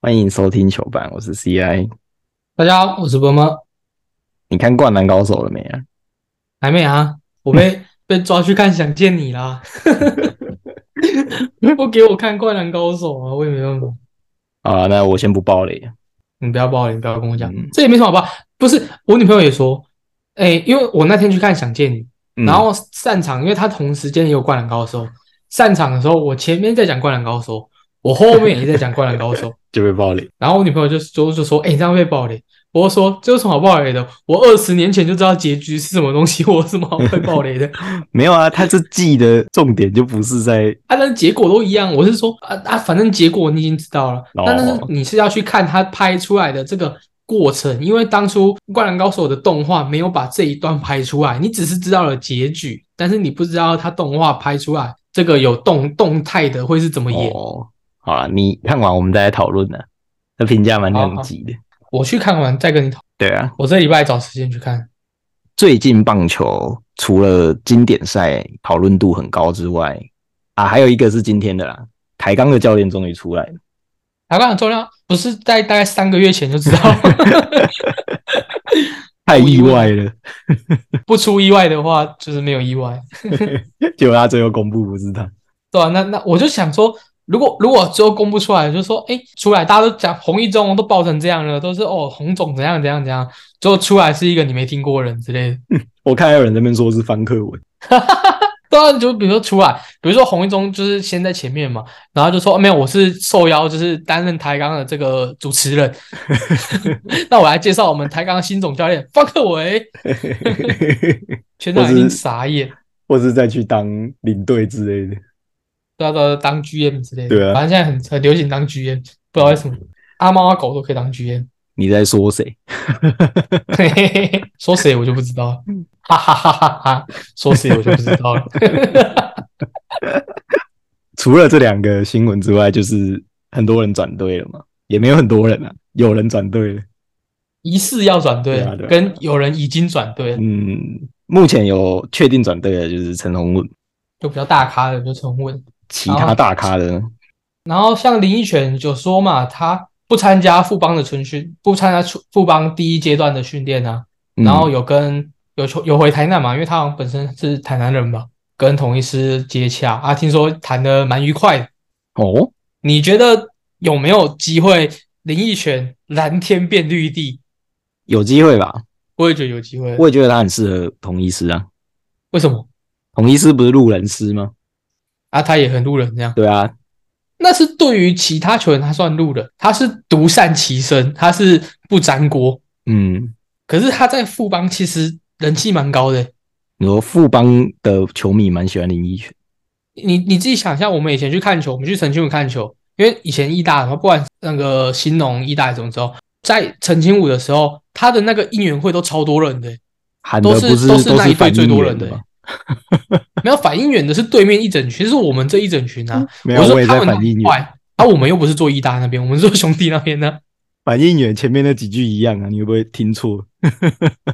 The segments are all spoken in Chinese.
欢迎收听球板，我是 CI。大家好，我是波妈。你看《灌篮高手》了没啊？还没啊，我嗯被被抓去看《想见你》 啦。不给我看《灌篮高手》啊，我也没办法。啊，那我先不爆雷。你不要抱你不要跟我讲，嗯这也没什么好抱。不是，我女朋友也说，哎、因为我那天去看《想见你》，嗯然后散场，因为他同时间也有《灌篮高手》，散场的时候，我前面在讲《灌篮高手》，我后面也在讲《灌篮高 手》，就被爆雷，然后我女朋友就就就说：“哎、你这样被暴雷。”我就说：“这有什么好暴雷的？我二十年前就知道结局是什么东西，我有什么好被暴雷的？没有啊？他这季的重点就不是在啊，但是结果都一样。我是说，啊啊，反正结果你已经知道了，哦但是你是要去看他拍出来的这个过程，因为当初《灌篮高手》的动画没有把这一段拍出来，你只是知道了结局，但是你不知道他动画拍出来这个有动动态的会是怎么演。哦。好了，你看完我们再来讨论呢。啊那评价蛮两极的。我去看完再跟你讨，对啊，我这礼拜找时间去看。最近棒球除了经典赛讨论度很高之外，啊，还有一个是今天的啦。台钢的教练终于出来了，台湾很重要，不是在大概三个月前就知道了， 太哦意外了。不出意外的话就是没有意外。 结果他最后公布不是他，对啊，那那我就想说，如果如果最后公布出来，就是说，哎，出来大家都讲红一中都爆成这样了，都是哦红总怎样怎样怎样，最后出来是一个你没听过的人之类的。我看还有人在那边说是方克文。 对啊，就比如说出来，比如说红一中就是先在前面嘛，然后就说、哦没有，我是受邀就是担任台钢的这个主持 人，那我来介绍我们台钢新总教练方克伟，全场已经傻眼。或是再去当领队之类的。对啊，对啊，当 GM 之类的，对啊嗯反正现在很很流行当 GM，不知道为什么，阿猫阿狗都可以当 GM，你在说谁？嘿嘿嘿， 说谁我就不知道了，哈哈哈哈哈，说谁我就不知道了， 除了这两个新闻之外，就是很多人转队了嘛，也没有很多人啊，有人转队了。疑似要转队对啊对啊跟有人已经转队了，嗯，目前有确定转队的就是陈宏文，就比较大咖的就重问，其他大咖的呢然后像林奕泉就说嘛，他不参加富邦的春训，不参加出富邦第一阶段的训练啊，嗯然后有跟有球有回台南嘛，因为他好像本身是台南人嘛，跟同一师接洽啊，听说谈的蛮愉快的。哦，你觉得有没有机会林奕泉蓝天变绿地？有机会吧？我也觉得有机会。我也觉得他很适合同医师啊。为什么同医师不是路人师吗？啊？他也很路人这样，对啊，那是对于其他球员他算路人，他是独善其身，他是不沾锅。嗯，可是他在富邦其实人气蛮高的。你说富邦的球迷蛮喜欢林奕泉，你你自己想象，我们以前去看球，我们去澄清湖看球，因为以前义大的话，不管那个兴农、义大什么时候，在澄清湖的时候，他的那个应援会都超多人的、喊的都不都都那一队反最多应人的欸吗？没有反应员的是对面一整群，是我们这一整群啊。嗯没有，我我说也他在们反应很员。快，啊，我们又不是做义大那边，我们是做兄弟那边呢。反应员前面那几句一样啊，你会不会听错？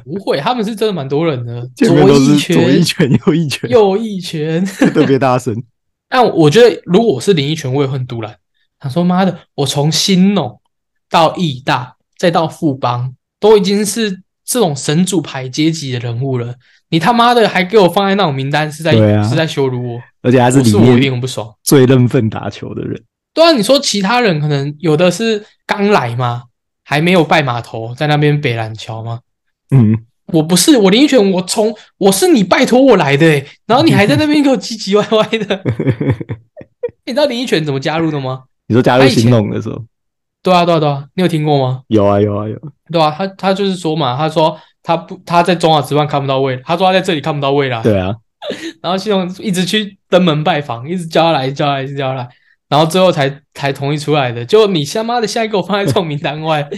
不会，他们是真的蛮多人的，前面左都一是左一拳，拳、右一拳，右一拳。 特别大声。 但我觉得，如果我是林奕泉，我也会很突然。他说：“妈的，我从新农到义大，再到富邦，都已经是这种神主牌阶级的人物了，你他妈的还给我放在那种名单，是在、对啊是在羞辱我。而且他是不里是我一定面很不爽。最认份打球的人，对啊，你说其他人可能有的是刚来嘛，还没有拜码头，在那边北兰桥嘛。嗯，我不是，我林奕泉，我从我是你拜托我来的、欸，然后你还在那边给我唧唧歪歪的。欸你知道林奕泉怎么加入的吗？你说加入新农的时候，对啊，对啊，对啊，你有听过吗？有啊有啊有啊，对啊，他他就是说嘛，他说他不他在中华职棒看不到未来，他说他在这里看不到未来，对啊，然后系统一直去登门拜访，一直叫他来，一直叫他来，一直叫他来，然后最后才才同意出来的。就你他妈的现在给我放在这种名单外，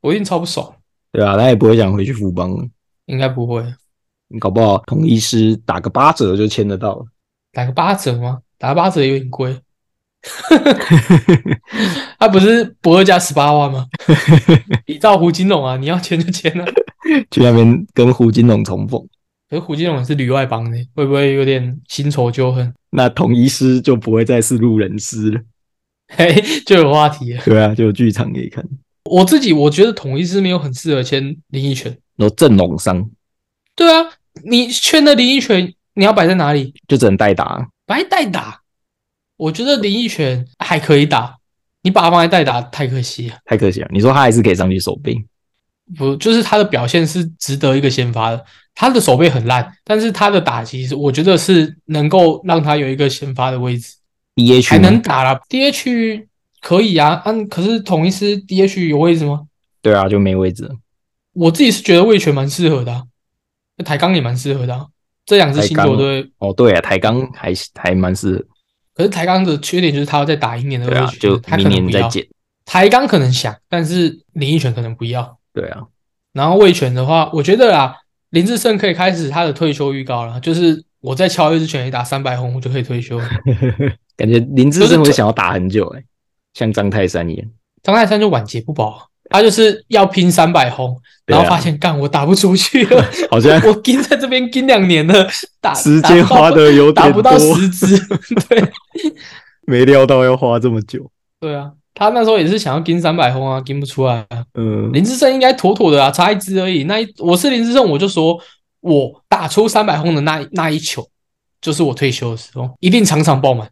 我一定超不爽。对啊，他也不会想回去富邦了，应该不会你搞不好同医师打个八折就签得到了。打个八折吗？打个八折有点贵。他、不是博二加十八万吗？你照胡金龙啊，你要签就签啊。 去那边跟胡金龙重逢，可是胡金龙也是旅外帮的，会不会有点新仇旧恨？那同医师就不会再是路人师了。嘿，就有话题了。对啊，就有剧场可以看。我自己我觉得统一是没有很适合签林奕泉。然后阵容伤对啊，你签的林奕泉，你要摆在哪里？就只能代打，摆代打。我觉得林奕泉还可以打，你把他放在代打太可惜了。太可惜了。你说他还是可以上去守备，不，就是他的表现是值得一个先发的。他的手背很烂，但是他的打击是我觉得是能够让他有一个先发的位置。 DH 还吗能打了。DH 可以啊，嗯、可是统一师 DH 有位置吗？对啊，就没位置了。我自己是觉得魏权蛮适合的、啊，那台钢也蛮适合的、啊，这两支新台球钢队。哦，对啊，台钢还还蛮适合，可是台钢的缺点就是他要再打一年的对魏啊，权，就他可明能年不再要。见。台钢可能想，但是林奕泉可能不要。对 啊，然后魏权的话，我觉得啊，林志胜可以开始他的退休预告了，就是我再敲一支全垒打三百轰，我就可以退休了。感觉林志就是胜会这想要打很久哎、像张泰山一样。张泰山就晚节不保啊，他就是要拼三百轰，对然啊后发现干我打不出去了，好像我盯在这边盯两年了，打时间花的有打点不多，到打不到十支， 对 没料到要花这么久。对啊，他那时候也是想要盯三百轰啊，盯不出来、啊。嗯，林志胜应该妥妥的啊，差一支而已。那一我是林志胜，我就说我打出三百轰的那一那一球，就是我退休的时候，一定场场爆满。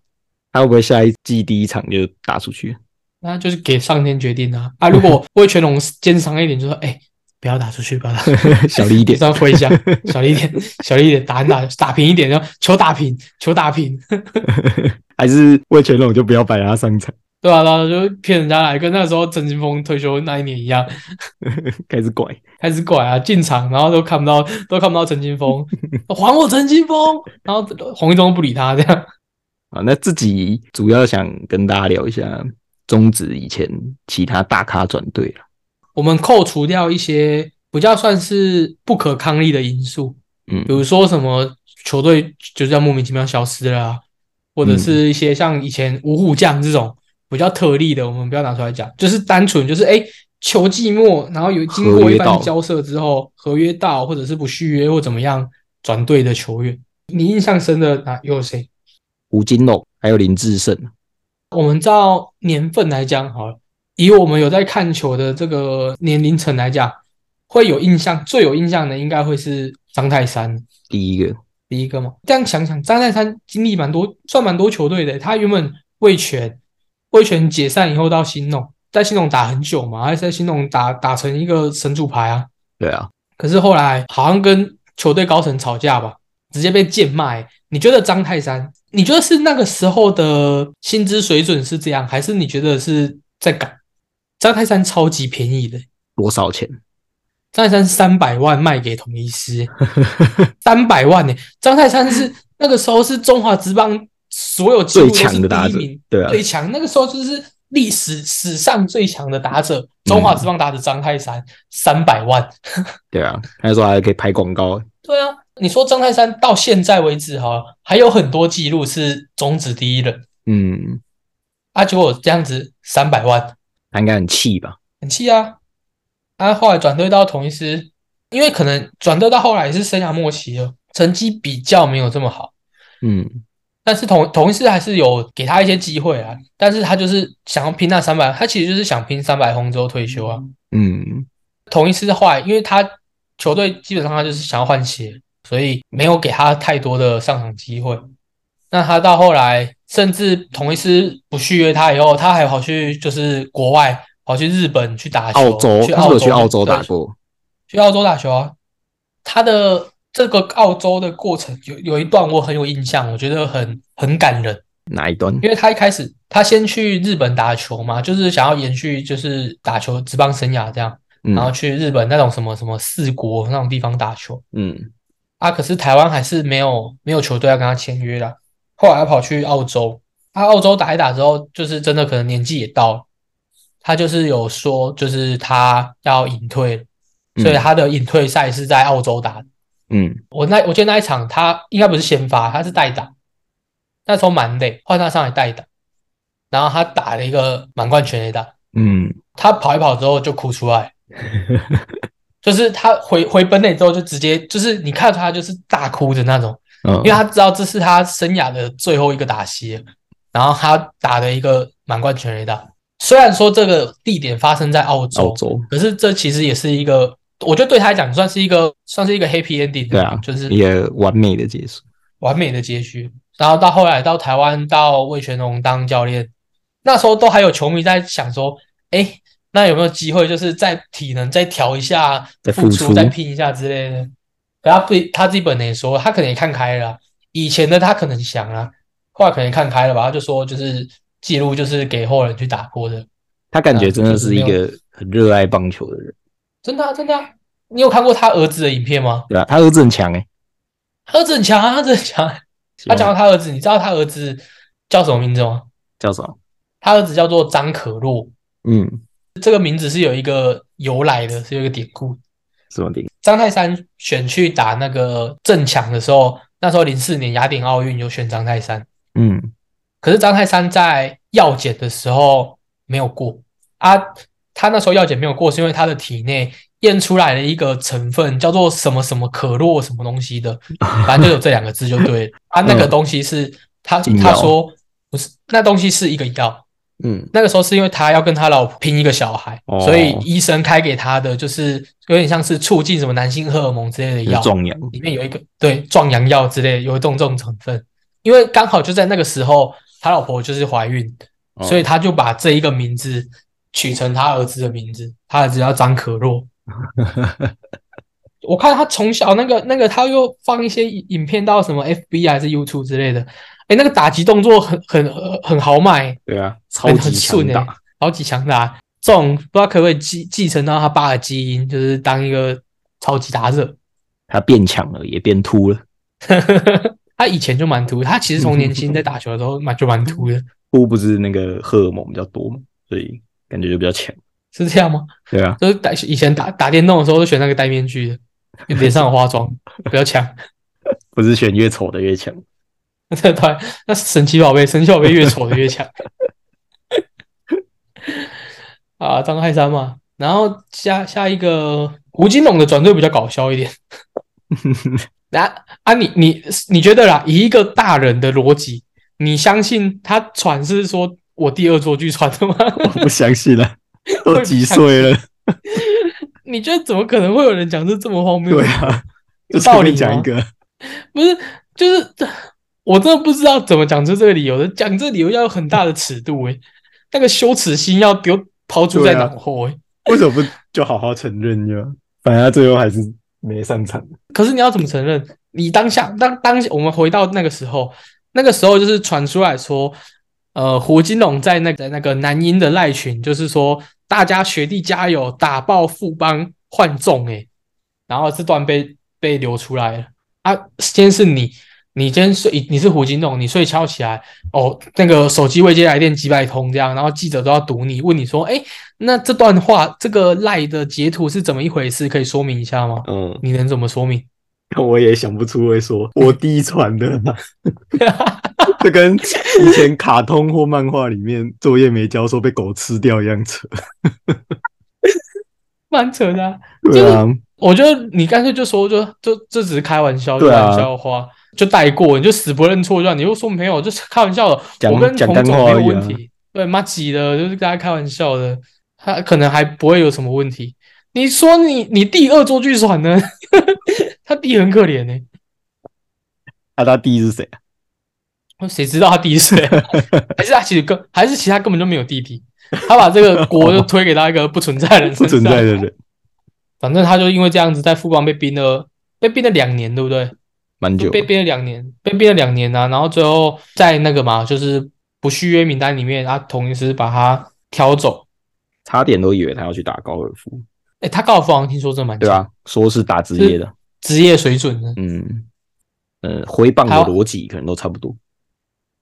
他会不会下一季第一场就打出去？ 那就是给上天决定啊！啊，如果魏全龙肩伤一点，就说：“哎、不要打出去，不要打出 去，小力一 点，稍微挥一下， 小力一点，小力一点，打打打平一点，然后球打平，球打平，还是魏全龙就不要摆他上场， 对吧、然后就骗人家来，跟那时候陈金峰退休那一年一样，开始拐。开始拐啊，进场然后都看不到， 都看不到陈金峰，还我陈金峰，然后洪一中不理他这样。啊，那自己主要想跟大家聊一下中职以前其他大咖转队了。我们扣除掉一些比较算是不可抗力的因素，嗯比如说什么球队就这样莫名其妙消失了、啊，或者是一些像以前五虎将这种比较特例的，我们不要拿出来讲，就是单纯就是哎、诶球季末，然后有经过一合约番的到交涉之后，合约到或者是不续约或怎么样转队的球员，你印象深的哪有谁？吴金龙还有林志胜，我们照年份来讲好了，以我们有在看球的这个年龄层来讲，会有印象最有印象的应该会是张泰山第一个第一个嘛。这样想想，张泰山经历蛮多，算蛮多球队的。他原本魏权，魏权解散以后到新农，在新农打很久嘛，还在新农打打成一个神主牌啊。对啊，可是后来好像跟球队高层吵架吧，直接被贱卖。你觉得张泰山，你觉得是那个时候的薪资水准是这样，还是你觉得是在改？张泰山超级便宜的，多少钱？张泰山三百万卖给统一 师，三百万呢、张泰山是那个时候是中华职棒所有记录最都是强的打第一者名，，对啊，最强，那个时候就是历史史上最强的打者，中华职棒打者张泰山三百万。对啊，那时候还可以拍广告，对啊，你说张泰山到现在为止哈，还有很多记录是中职第一人嗯，啊，结果这样子三百万，他应该很气吧？很气啊！啊，后来转队到同一师，因为可能转队到后来也是生涯末期了，成绩比较没有这么好，嗯，但是同同一师还是有给他一些机会啊，但是他就是想要拼那三百，他其实就是想拼三百轰之后退休啊。嗯，同一师后来，因为他球队基本上他就是想要换血，所以没有给他太多的上场机会。那他到后来，甚至同一师不续约他以后，他还跑去就是国外，跑去日本去打球，澳洲，去他是澳有洲去澳洲打啊对过，去澳洲打球啊。他的这个澳洲啊的过程有有一段我很有印象，我觉得很很感人。哪一段？因为他一开始他先去日本打球嘛，就是想要延续就是打球职棒生涯这样，嗯然后去日本那种什么什么四国那种地方打球嗯，啊，可是台湾还是没有没有球队要跟他签约啦。后来他跑去澳洲，他澳洲打一打之后，就是真的可能年纪也到了，他就是有说就是他要隐退了，嗯所以他的隐退赛是在澳洲打的。嗯，我那我记得那一场他应该不是先发，他是代打，那时候蛮累，换他上来代打，然后他打了一个满贯全垒打，嗯，他跑一跑之后就哭出 来，就是他回回本垒之后就直接就是你看出他就是大哭的那种，嗯，因为他知道这是他生涯的最后一个打席了，然后他打了一个满贯全垒打。虽然说这个地点发生在澳洲，澳洲，可是这其实也是一个，我觉得对他来讲算是一个算是一个 happy ending，对啊就是一个完美的结束。完美的结局。然后到后来到台湾到魏全龙当教练，那时候都还有球迷在想说，哎，那有没有机会就是在体能再调一下，再付付出出再拼一下之类的。可他不，他自己本人也说，他可能也看开了啊、以前的他可能想啊，后来可能看开了吧，他就说就是记录就是给后人去打破的，他感觉啊真的就是是一没有个很热爱棒球的人，真的啊、真的啊、你有看过他儿子的影片吗？对吧、他儿子很强哎、他儿子很强啊，他儿子很强啊、他讲到他儿子，你知道他儿子叫什么名字吗？叫什么？他儿子叫做张可洛，嗯，这个名字是有一个由来的，是有一个典故。什么顶？张泰山选去打那个正强的时候，那时候零四年雅典奥运有选张泰山，嗯，可是张泰山在药检的时候没有过啊。他那时候药检没有过，是因为他的体内验出来了一个成分叫做什么什么可洛什么东西的，反正就有这两个字就对了。啊，那个东西是他禁他药说不是，那东西是一个药，嗯，那个时候是因为他要跟他老婆拼一个小孩，哦所以医生开给他的就是有点像是促进什么男性荷尔蒙之类的就是药，壮阳。里面有一个对壮阳药之类，有一种这种成分。因为刚好就在那个时候，他老婆就是怀孕，哦所以他就把这一个名字取成他儿子的名字，他儿子叫张可洛。哦我看他从小那个那个，他又放一些影影片到什么 FB 还是 YouTube 之类的，哎，那个打击动作很很很很豪迈、 对啊，超级很强顺欸大。超级强大。这种不知道可不可以继继承到他爸的基因，就是当一个超级打者。他变强了，也变秃了， 他以前就蛮秃，他其实从年轻在打球的时候蛮就蛮秃嗯的，秃不是那个荷尔蒙比较多嘛，所以感觉就比较强。是这样吗？对啊，就是打以前打打电动的时候都选那个戴面具的，脸上有 化妆，比较强。不是选越丑的越 强。 对，那神奇宝贝，神奇宝贝越丑的越强。啊，张泰山嘛，然后下下一个胡金龙的转队比较搞笑 一点。那啊你，你你觉得啦？以一个大人的逻辑，你相信他传是说我第二座剧传的吗？ 我不相信了，都几岁 了？你觉得怎么可能会有人讲这这么荒谬？对啊，就有道随便理讲一个，不是，就是我真的不知道怎么讲出这个理由的。讲这个理由要有很大的尺度诶、那个羞耻心要丢抛诸在对啊脑后欸诶、为什么不就好好承认就好？反正他最后还是没上场。可是你要怎么承认？你当下当当下我们回到那个时候，那个时候就是传出来说，呃，胡金龙在那个那个南英的赖群，就是说大家学弟加油，打爆富邦换众诶、然后这段被被流出来了啊。先是你，你今天睡，你是胡金龙，你睡觉起来哦，那个手机未接来电几百通这样，然后记者都要堵你，问你说，哎，那这段话这个赖的截图是怎么一回事？可以说明一下吗？嗯，你能怎么说明？但我也想不出会说我低传的啦， 这跟以前卡通或漫画里面作业没交说被狗吃掉一样扯。 蛮扯的啊、对啊，我觉得你干脆就说就就这只是开玩笑，就对啊玩笑话，就带过，你就死不认错，这样你又说没有，就是开玩笑的。讲我跟讲洪干总话没有而已问啊题，对，妈挤的，就是大家开玩笑的，他可能还不会有什么问题。你说你你弟恶作剧团呢？ 他弟很可怜呢、那他弟是谁啊？谁知道他弟是谁啊、 还是他其实根还是其他根本就没有弟弟，他把这个锅就推给他一个不存在的人不身存上在的人，反正他就因为这样子在富邦被冰了，被冰了两年，对不对？蛮就久被冰了两年，被冰了两年啊，然后最后在那个嘛，就是不续约名单里面，他同时把他挑走。差点都以为他要去打高尔夫，哎，他高尔夫好像听说真的蛮对强，啊，说是打职业的，职业水准的。嗯，呃，挥棒的好逻辑可能都差不多。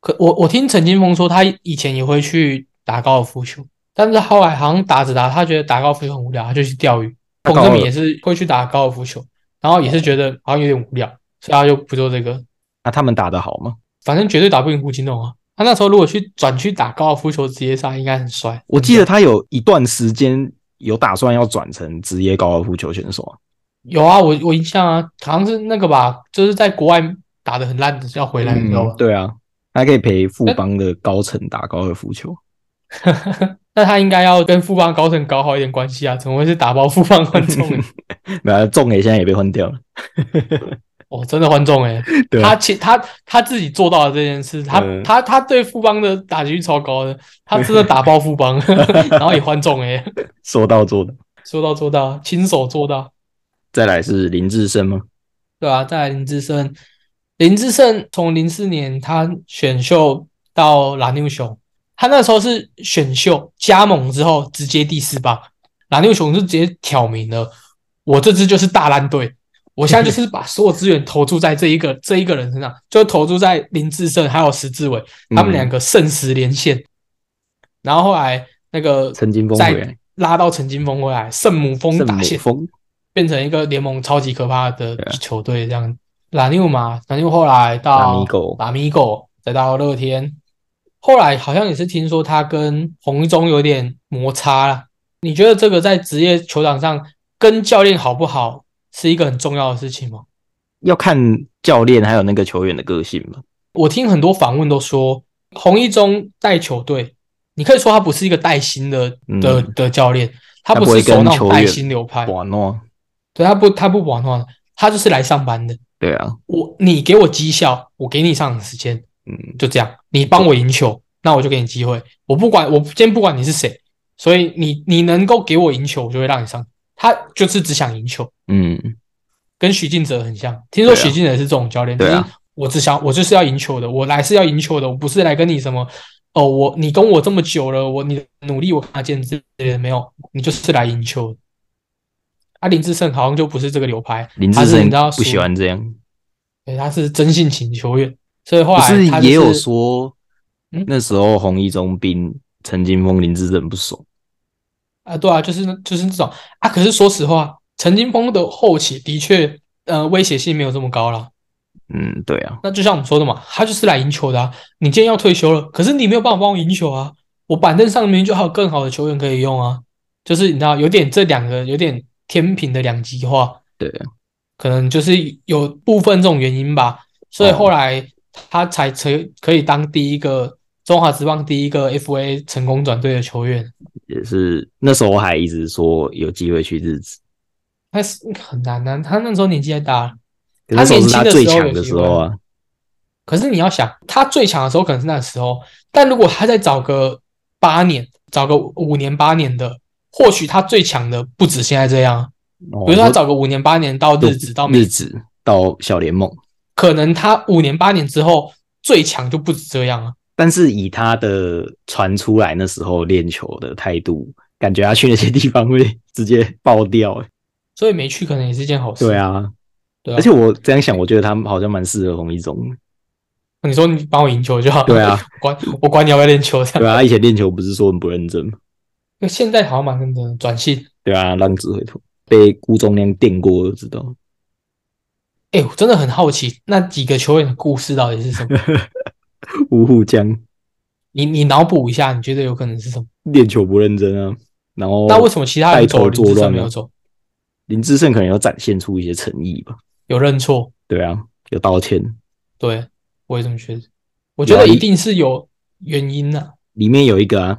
可我我听陈金峰说，他以前也会去打高尔夫球，但是后来好像打着打，他觉得打高尔夫球很无聊，他就去钓鱼。他彭搞正明也是会去打高尔夫球，然后也是觉得好像有点无聊，所以他就不做这个。那、啊他们打得好吗？反正绝对打不赢胡金龙啊！他那时候如果去转去打高尔夫球职业赛，应该很帅。我记得他有一段时间有打算要转成职业高尔夫球选手啊，有啊，我我印象啊，好像是那个吧，就是在国外打的嗯啊很烂的，要回来，你知道吧？对啊，他可以陪富邦的高层打高尔夫球，那他应该要跟富邦高层搞好一点关系啊，怎么会是打包富邦观众、欸？没有，仲也现在也被换掉 了。哦，真的观众哎、对他啊，其他他自己做到了这件事，他、嗯他他对富邦的打击率超高的，他真的打爆富邦， 然后也换中哎、说到做的，说到做到，亲手做到，再来是林志胜吗？对啊？再来林志胜，林志胜从零四年他选秀到拉纽熊，他那时候是选秀加盟之后直接第四棒，拉纽熊是直接挑明了，我这支就是大烂队，我现在就是把所有资源投注在这一个这一个人身上，就投注在林志胜还有石志伟他们嗯两个圣石连线，然后后来那个曾经峰回再来，拉到陈金峰回来，圣母峰圣打母线。峰，变成一个联盟超级可怕的对啊球队这样。拉纽嘛，拉纽后来拉到米狗拉米狗，再到乐天，后来好像也是听说他跟红一中有点摩擦了。你觉得这个在职业球场上跟教练好不好是一个很重要的事情吗？要看教练还有那个球员的个性吧。我听很多访问都说，洪一中带球队，你可以说他不是一个带薪的的嗯的教练，他他不不是会走跟那种球带员薪流派，瓦诺，对他不他不玩弄，他就是来上班的。对啊，我你给我绩效，我给你上场时间，嗯，就这样。你帮我赢球，那我就给你机会。我不管，我今天不管你是谁，所以你你能够给我赢球，我就会让你上。他就是只想赢球，嗯，跟许晋哲很像。听说对啊许晋哲也是这种教练，对啊就是我只想我就是要赢球的，我来是要赢球的，我不是来跟你什么哦，我你跟我这么久了，我你的努力我看得见之类的没有，你就是来赢球的。啊，林志胜好像就不是这个流派，林他志是你胜知道不属于喜欢这样，对，他是真性情球员，所以后不来是他就也有说嗯那时候红一中兵陈金峰、林志胜不熟，啊，对啊，就是就是这种啊。可是说实话，陈金峰的后期的确，呃，威胁性没有这么高了。嗯，对啊，那就像我们说的嘛，他就是来赢球的啊。你今天要退休了，可是你没有办法帮我赢球啊。我板凳上面就还有更好的球员可以用啊。就是你知道，有点这两个有点天平的两极化。对啊，可能就是有部分这种原因吧，所以后来他才成可以当第一个中华职棒第一个 FA 成功转队的球员，也是那时候还一直说有机会去日职，但是很难啊，他那时候年纪太大了。可是他那时候年是轻他的最时候强有的机时会候啊，可是你要想，他最强的时候可能是那时候，但如果他再找个八年，找个五年八年的，或许他最强的不止现在这样啊。哦比如说他找个五年八年到日职到美日职到小联盟，可能他五年八年之后最强就不止这样啊。但是以他的传出来那时候练球的态度，感觉他去那些地方会直接爆掉、欸。所以没去可能也是一件好事。对，啊，对啊。而且我这样想，我觉得他们好像蛮适合红一中的。你说你帮我赢球就好。对啊，管我管你要不要练球这对样。啊，他以前练球不是说很不认真吗？因为现在好像蛮认真的转系。对啊，浪子回头被辜仲亮电过就知道。 哎、我真的很好奇那几个球员的故事到底是什么？五虎将你你脑补一下，你觉得有可能是什么？练球不认真啊，然后那为什么其他人带走头林作志胜乱没啊有？走？林志胜可能要展现出一些诚意吧？有认错？对啊，有道歉，对我也这么觉得。我啊觉得一定是有原因的、啊。里面有一个啊，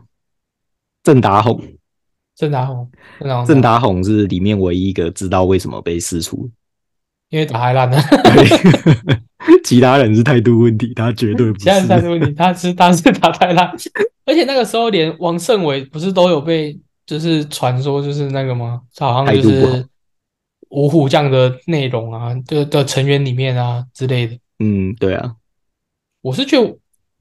郑达宏。郑达宏，郑达宏，郑，达宏是里面唯一一个知道为什么被释出， 因为打太烂了，对其他人是态度问题，他绝对不其他人三是。个问题，他是他是打太烂，而且那个时候连王胜伟不是都有被就是传说就是那个吗？好像态就度不是好五虎将的内容啊，就的成员里面啊之类的。嗯，对啊，我是觉得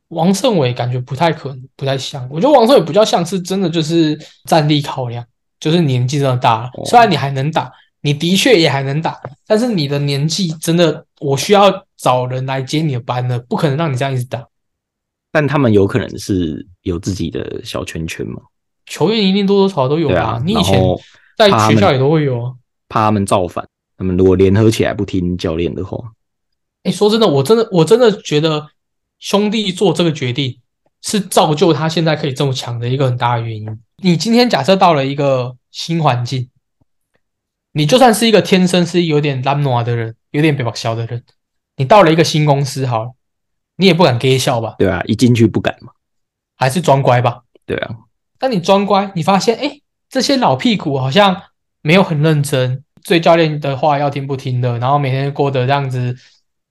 王胜伟感觉不太可能，不太像。我觉得王胜伟比较像是真的就是战力考量，就是年纪真的大了。哦虽然你还能打，你的确也还能打，但是你的年纪真的，我需要找人来接你的班了，不可能让你这样一直打。但他们有可能是有自己的小圈圈嘛，球员一定多多少少都有对吧？啊。你以然前后在怕他学校们也都会有啊。怕他们造反，他们如果联合起来不听教练的话，哎，说真的，我真的我真的觉得兄弟做这个决定是造就他现在可以这么强的一个很大的原因。你今天假设到了一个新环境，你就算是一个天生是有点懒惰的人，有点北北小的人，你到了一个新公司好了，你也不敢给笑吧，对啊，一进去不敢嘛，还是装乖吧，对啊，当你装乖，你发现哎、诶这些老屁股好像没有很认真，对教练的话要听不听的，然后每天过得这样子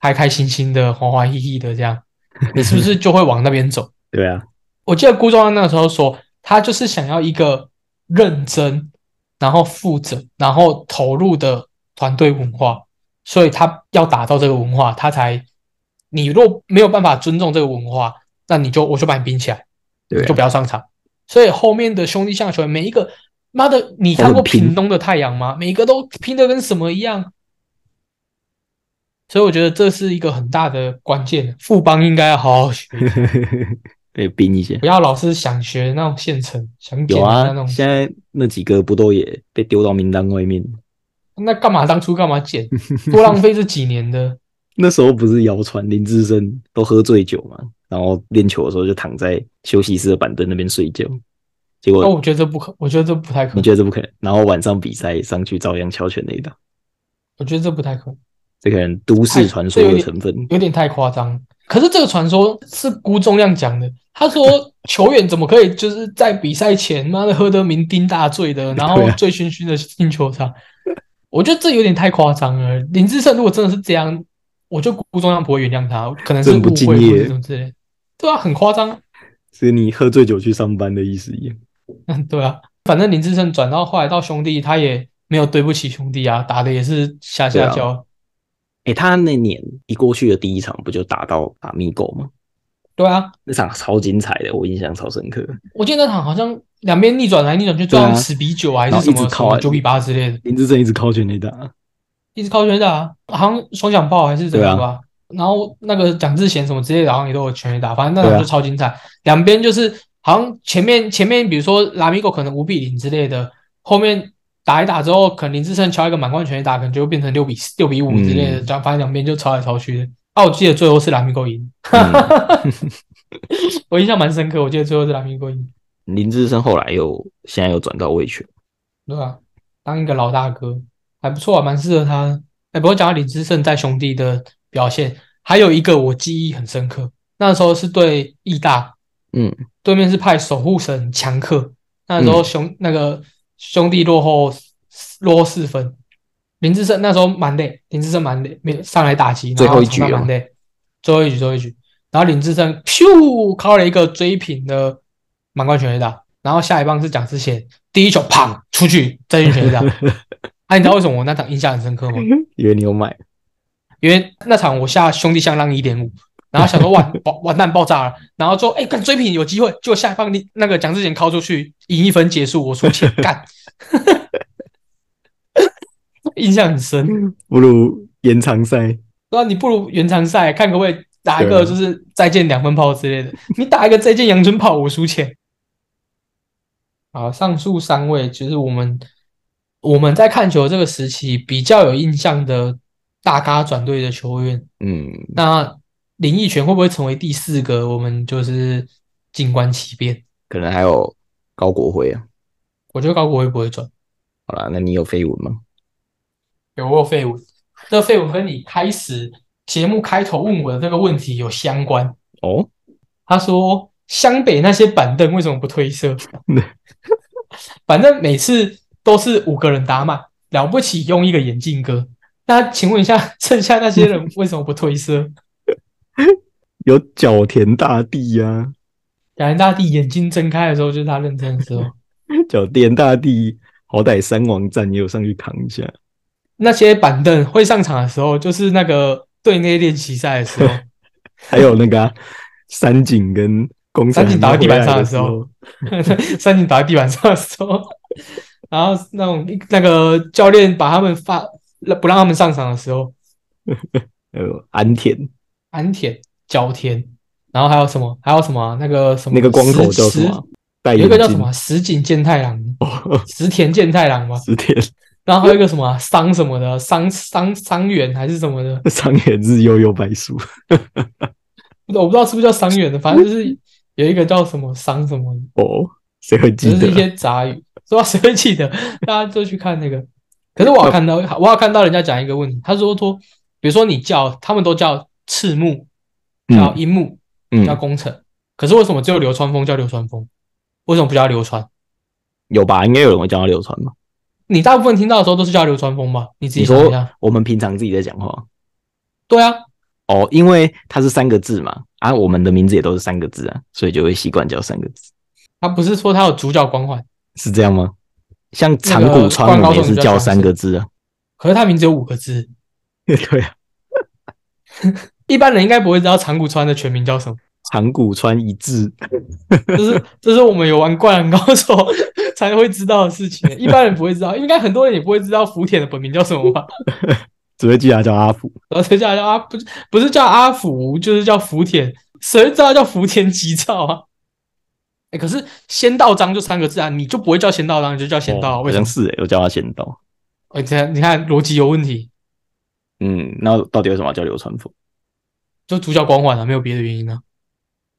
开开心心的、欢欢喜喜的这样，你是不是就会往那边走？ 对啊，我记得辜仲安那个时候说，他就是想要一个认真，然后负责，然后投入的团队文化，所以他要打造这个文化，他才你若没有办法尊重这个文化，那你就我就把你冰起来，对啊你就不要上场。所以后面的兄弟象球员每一个，妈的，你看过都很拼屏东的太阳吗？每一个都拼的跟什么一样。所以我觉得这是一个很大的关键，富邦应该要好好学。 被冰一些不。要老是想学那种现成，想简有单那啊，种，现在那几个不都也被丢到名单外面？那干嘛当初干嘛捡，多浪费这几 年的。那时候不是谣传林志升都喝醉酒嘛，然后练球的时候就躺在休息室的板凳那边睡觉，结那果我觉得这不可，我觉得这不太可你能，觉得这不可能？然后晚上比赛上去照样敲拳那一打，我觉得这不太可能，这可能都市传说的成分。有点太夸张。可是这个传说是辜仲亮讲的，他说球员怎么可以就是在比赛前妈的喝得酩酊大醉的，然后对啊醉醺醺的进球场，我觉得这有点太夸张了。林志胜如果真的是这样，我就辜仲亮不会原谅他，可能是真误不会敬或业者什么之类的。对啊，很夸张啊。 是你喝醉酒去上班的意思一样。嗯，对啊，反正林志胜转到后来到兄弟，他也没有对不起兄弟啊，打的也是下下对啊焦。诶、他那年一过去的第一场不就打到打米狗吗？对啊，那场超精彩的，我印象超深刻。我记得那场好像两边逆转来逆转去，最后对啊十比九还然是后什一么直什靠么啊九比八之类的，林志升一直敲拳那一打，一直靠全垒打啊，好像双响炮还是怎么对啊样吧。然后那个蒋志贤什么之类的，好像也都有全垒打，反正那对场啊就超精彩。两边就是好像前面前面比如说拉米狗可能五比零之类的，后面打一打之后，可能林志胜敲一个满贯全垒打，可能就会变成六比六比五之类的，嗯这样反正两边就超来超去的。啊，我记得最后是拉米狗赢，嗯我印象蛮深刻，我记得最后是拉米狗赢，林志升后来又现在又转到味全，对吧、当一个老大哥还不错啊，蛮适合他的。哎，不过讲到林志胜在兄弟的表现，还有一个我记忆很深刻，那时候是对义大，嗯，对面是派守护神强克，那时候兄、那个兄弟落后落后四分，林志胜那时候蛮累，林志胜蛮累，没有上来打击，然最后一场上局了啊蛮累，最后一局最后一局，然后林志胜咻敲了一个追平的满贯全垒打，然后下一棒是蒋志贤第一球砰出去再进全垒打， 哎、你知道为什么我那场印象很深刻吗？因为你有买，因为那场我下兄弟相让一点五，然后想说完完完蛋爆炸了，然后说哎干追平有机会，就下一棒你那个蒋志贤敲出去赢一分结束，我输钱 干，印象很深。不如延长赛。对啊，你不如延长赛看可不可以打一个对啊就是再见两分炮之类的， 你打一个再见阳春炮，我输钱。好，上述三位就是我们我们在看球这个时期比较有印象的大咖转队的球员。嗯，那林奕泉会不会成为第四个？我们就是静观其变。可能还有高国辉啊。我觉得高国辉不会转，好啦，那你有绯闻吗？有我有绯闻。这绯闻跟你开始节目开头问我的这个问题有相关。哦，他说湘北那些板凳为什么不推射？ 反正每次都是五个人打满，了不起用一个眼镜哥。那请问一下， 剩下那些人为什么不推 射？有角田大地呀、啊， 亚人大帝眼睛睁开的时候，就是他认真的时候。角田大地好歹三王战也有上去扛一下，那些板凳会上场的时候，就是那个队内练习赛的时候， 还有那个、 啊、三井跟宫三井打到地板上的的时时候，三井打在地板上的时候， 然后那种那个教练把他们发不让他们上场的时候，还有呃安田安田、角田，然后还有什么？还有什么啊、那个什么那个光头石叫什么啊？戴石有眼一个叫什镜哦么啊石井健太郎，石田健太郎吧。 石田然后还有一个什么啊桑什么的桑桑桑原还是什么的，上野日悠悠白书，我不知道是不是叫桑原的，反正就是有一个叫什么桑什么的。哦，谁会记只是一得？些杂语， 说谁会记得？大家就去看那个。可是我有看到，我有看到人家讲一个问题，他说说，比如说你叫他们都叫赤木，叫嗯樱木，嗯叫宫城，可是为什么只有流川枫叫流川枫？为什么不叫流川？有吧？应该有人会叫他流川吧？你大部分听到的时候都是叫流川枫吧？你自己你想一说下。我们平常自己在讲话对啊，哦，因为它是三个字嘛，啊，我们的名字也都是三个字啊，所以就会习惯叫三个字，他不是说他有主角光环，是这样吗？像长那谷个川，我灌们高也手是你就叫要三个字啊。可是他名字有五个字， 对啊，一般人应该不会知道长谷川的全名叫什么。长谷川一致，这是这是我们有玩《灌篮高手》才会知道的事情，一般人不会知道，应该很多人也不会知道福田的本名叫什么吧？只会记得他叫阿福。然后就叫叫阿不是不是叫阿福，就是叫福田，谁会知道叫福田吉兆啊？哎、可是仙道章就三个字啊，你就不会叫仙道章，你就叫仙道啊，哦好为什像么？是诶，我叫他仙道。哎、这样你看逻辑有问题，嗯，那到底为什么要叫流川枫就主角光环啊，没有别的原因啊。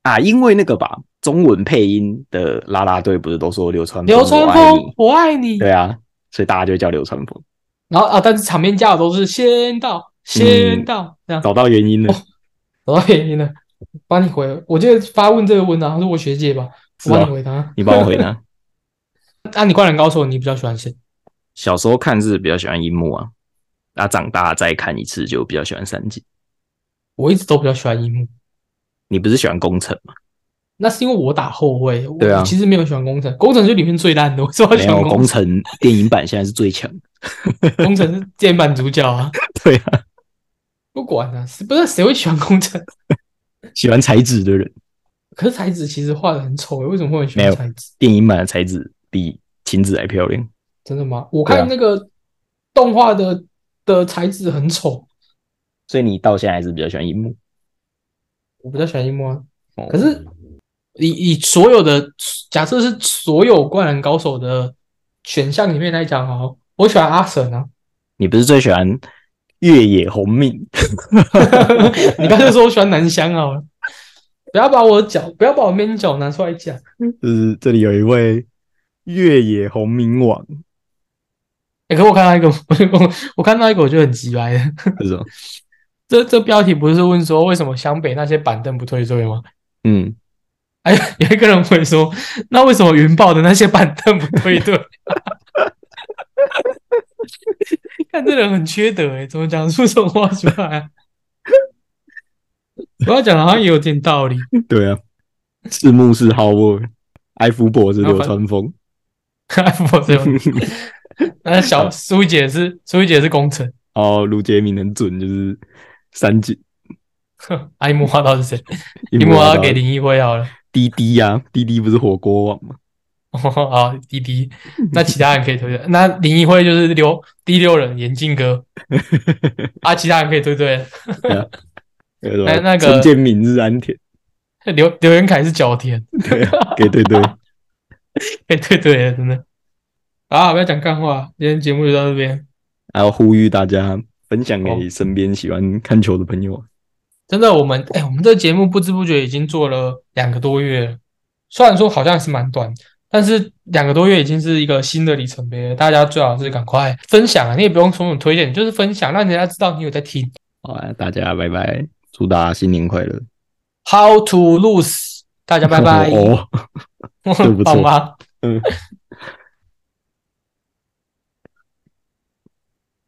啊？因为那个吧，中文配音的啦啦队不是都说流川枫流川嗯我爱枫你，我爱你。对啊，所以大家就会叫流川枫。然后啊，但是场面价都是仙道嗯仙道、这样。找到原因了，找到原因了，帮你回。我记得发问这个问啊，是我学姐吧，是我帮啊你，回答。你帮我回答。那、你灌篮高手，你比较喜欢谁？小时候看是比较喜欢樱木啊，那、长大再看一次就比较喜欢三井。我一直都比较喜欢樱木，你不是喜欢宫城吗？那是因为我打后卫，我对啊我其实没有喜欢工程，工程是里面最烂的，我说我没喜有欢，宫工程，城电影版现在是最强。 工程是键盘主角啊， 对啊，不管啊，是不是谁会喜欢工程？喜欢彩纸的人，可是才子其实画的很丑、欸为什么会很喜没欢有才子？电影版的彩纸比晴子还漂亮。真的吗？我对看啊那个动画的的才子很丑，所以你到现在还是比较喜欢樱木。我比较喜欢樱木啊。哦可是以以所有的假设是所有灌篮高手的选项里面来讲哦，我喜欢阿神啊。你不是最喜欢越野红命？ 你刚才说我喜欢南湘好了，不要把我的脚，不要把我面角拿出来讲。 就是这里有一位越野红明王，哎、可我看到一个， 我我看到一个我就很急白的。是哦吧？这这标题不是问说为什么湘北那些板凳不退队吗？ 嗯，哎，有一个人会说，那为什么云豹的那些板凳不退队？ 看这人很缺德哎、怎么讲出这种话出来啊、我要讲的好像也有点道理。对啊，赤木是浩沃，艾福伯是流川枫，看我这种，那小苏姐是苏姐是工程，然后卢杰明很准，就是三井。阿一啊木画到是谁？一一木要要给林一辉啊好了。 滴滴呀，滴滴不是火锅王吗？哦好，滴滴，那其他人可以推推。那林一辉就是六第六人眼镜哥，啊，其他人可以推推。对吧哎那个陈建敏是安田，刘刘元凯是角田，对啊，给对 对，可以推推了，真的。啊，不要讲干话，今天节目就到这边。还要呼吁大家分享哦给身边喜欢看球的朋友啊。真的，我们哎、我们这个节目不知不觉已经做了两个多月了，虽然说好像是蛮短，但是两个多月已经是一个新的里程碑了。大家最好是赶快分享啊，你也不用从我推荐，就是分享，让人家知道你有在听。好啊，大家拜拜，祝大家新年快乐， How to lose，大家拜拜，哦哦，这不错 好吗？嗯，